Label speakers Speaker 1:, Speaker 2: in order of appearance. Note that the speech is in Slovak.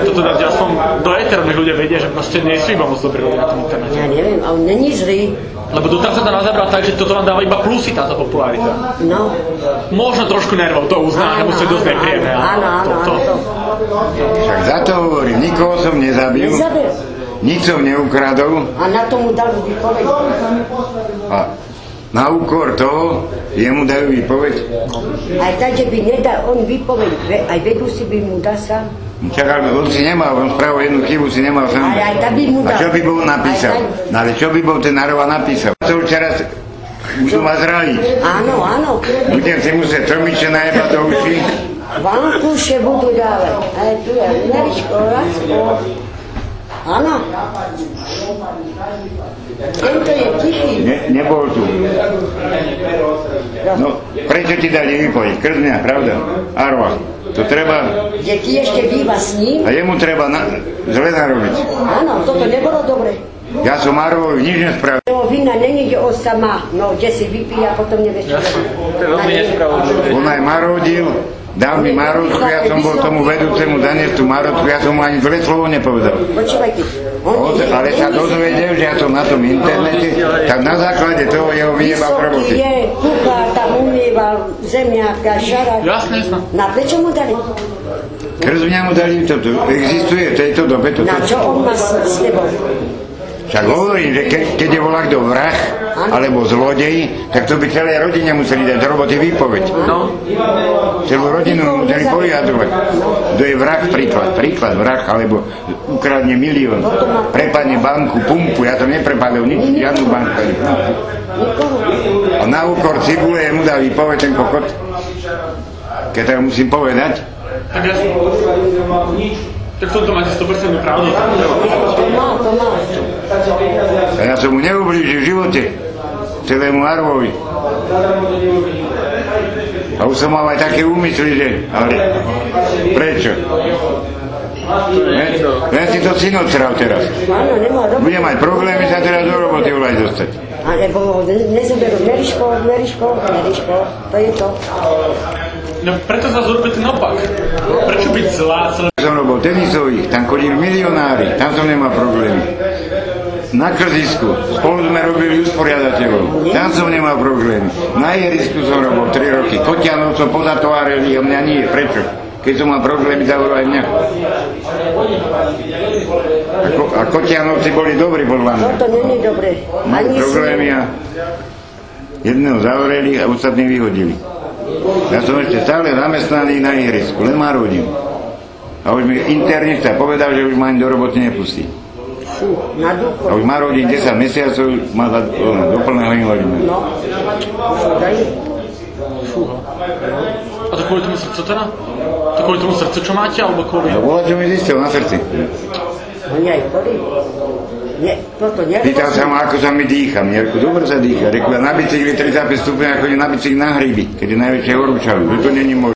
Speaker 1: To teda ja som do éteru, nech ľudia vedia, že proste nie sú iba moc dobrí ľudia na tom internete.
Speaker 2: Ja neviem, a on není zlý.
Speaker 1: Lebo doteraz sa to nazabral tak, že toto nám dáva iba plusy táto popularita.
Speaker 2: No,
Speaker 1: Možno trošku nervov, to uznám,
Speaker 2: Áno,
Speaker 1: lebo to je dosť
Speaker 2: áno,
Speaker 1: nepríjemné.
Speaker 2: áno,
Speaker 1: ale
Speaker 2: áno,
Speaker 1: to- to-
Speaker 2: áno.
Speaker 3: Však za to hovorím, nikoho som nezabil,
Speaker 2: nezabil.
Speaker 3: nič som neukradol
Speaker 2: A na tomu dal výpoveď.
Speaker 3: a na úkor toho jemu dajú výpoveď.
Speaker 2: Aj tak, že by nedal on výpoveď, ve- aj vedu si by mu dal sám.
Speaker 3: Čak, ale on si nemal, on spravil jednu chybu, si nemal sám.
Speaker 2: Ale aj tak by mu
Speaker 3: A
Speaker 2: dal.
Speaker 3: čo by bol napísal?
Speaker 2: Aj
Speaker 3: No ale čo by bol ten Narova napísal? To už teraz budú ma zradiť.
Speaker 2: Áno, áno.
Speaker 3: Budem si musieť trmiče najebať do uši.
Speaker 2: Vankuše budu dávať. Ale tu je Američko, Lasko. Áno. Tento je tichý.
Speaker 3: Ne, nebol tu. No, prečo ti dali výpoveď? Krz mňa, pravda? Arva. To treba,
Speaker 2: Že ti ešte býva s ním.
Speaker 3: a jemu treba na, zle narobiť.
Speaker 2: Áno, toto nebolo dobre.
Speaker 3: Ja som Arvovi nič nespravil.
Speaker 2: Lebo vina není, že on sama, no, kde si vypije a potom nevieš. čo
Speaker 1: Jasné.
Speaker 2: robí.
Speaker 1: To je veľmi
Speaker 2: Na nej-
Speaker 1: nespravodlivé.
Speaker 3: On aj marodil, dal mi marotku, ja som bol tomu vedúcemu daniesť tú marotku, ja som mu ani zle slovo nepovedal.
Speaker 2: Počúvajte.
Speaker 3: On,
Speaker 2: je-
Speaker 3: ale sa
Speaker 2: není-
Speaker 3: dozvedel, že ja som na tom internete, tak na základe toho jeho vyjebal v robote.
Speaker 2: Vysoký je, kuchár tam umýval zemiaka, žarak.
Speaker 1: Jasné, jasné.
Speaker 2: Na prečo mu dali?
Speaker 3: Krz mňa mu dali to, to existuje v tejto dobe. To,
Speaker 2: Na čo
Speaker 3: to.
Speaker 2: on má s, s tebou?
Speaker 3: Však hovorím, že ke, keď je volá kto vrah alebo zlodej, tak to by celé rodine museli dať z roboty výpoveď.
Speaker 1: No,
Speaker 3: Celú rodinu museli pojadovať. Kto je vrah, príklad, príklad vrah, alebo ukradne milión, prepadne banku, pumpu, ja som neprepadol nič, žiadnu banku. ani pumpu.
Speaker 2: Nikoho.
Speaker 3: A na úkor cibule mu dá výpoveď ten kokot, keď to musím povedať.
Speaker 1: tak ja tak v tomto máte 100% pravdu.
Speaker 2: To má, to má.
Speaker 3: A ja som mu neublížil v živote, celému Arvovi. A už som mal aj také úmysly, že... Ale prečo? Len, len si to syn odstral teraz.
Speaker 2: Áno, nemá robiť.
Speaker 3: Bude mať problémy sa teraz do roboty volaj dostať.
Speaker 2: Alebo ne- nezoberú meriško, meriško, meriško. To je to.
Speaker 1: No preto sa zrobí ten opak. Prečo byť zlá celé
Speaker 3: Som robil tenisových, tam chodili milionári, tam som nemal problémy. Na krzisku, spolu sme robili usporiadateľov, tam som nemal problémy. Na ihrisku som robil 3 roky, Kotianov som pozatovárili a mňa nie, prečo? Keď som mal problémy, zavolal aj mňa. A, ko, a Kotianovci boli dobrí podľa mňa.
Speaker 2: Toto No, není dobre.
Speaker 3: Mali
Speaker 2: Ani si-
Speaker 3: problémy a jedného zavreli a ostatní vyhodili. Ja som ešte stále zamestnaný na ihrisku, len má rodinu. A už mi internista povedal, že už ma ani do roboty nepustí.
Speaker 2: Fú, na duchu.
Speaker 3: A už má rodin 10 mesiacov, má za, ono, do plného invalida.
Speaker 2: No, už ho dali.
Speaker 1: A to kvôli tomu srdcu teda? To kvôli tomu srdcu, čo máte, alebo kvôli...
Speaker 3: A bola, čo mi zistil na srdci.
Speaker 2: Oni aj chorí. Ne, toto nervózne.
Speaker 3: Pýtal sa ma, ako sa mi dýcha. Mne reku, dobre sa dýcha. Reku, ja na bicykli 35 stupňov, ja chodím na bicykli na hryby, keď je najväčšie horúčavy. Že to není možné.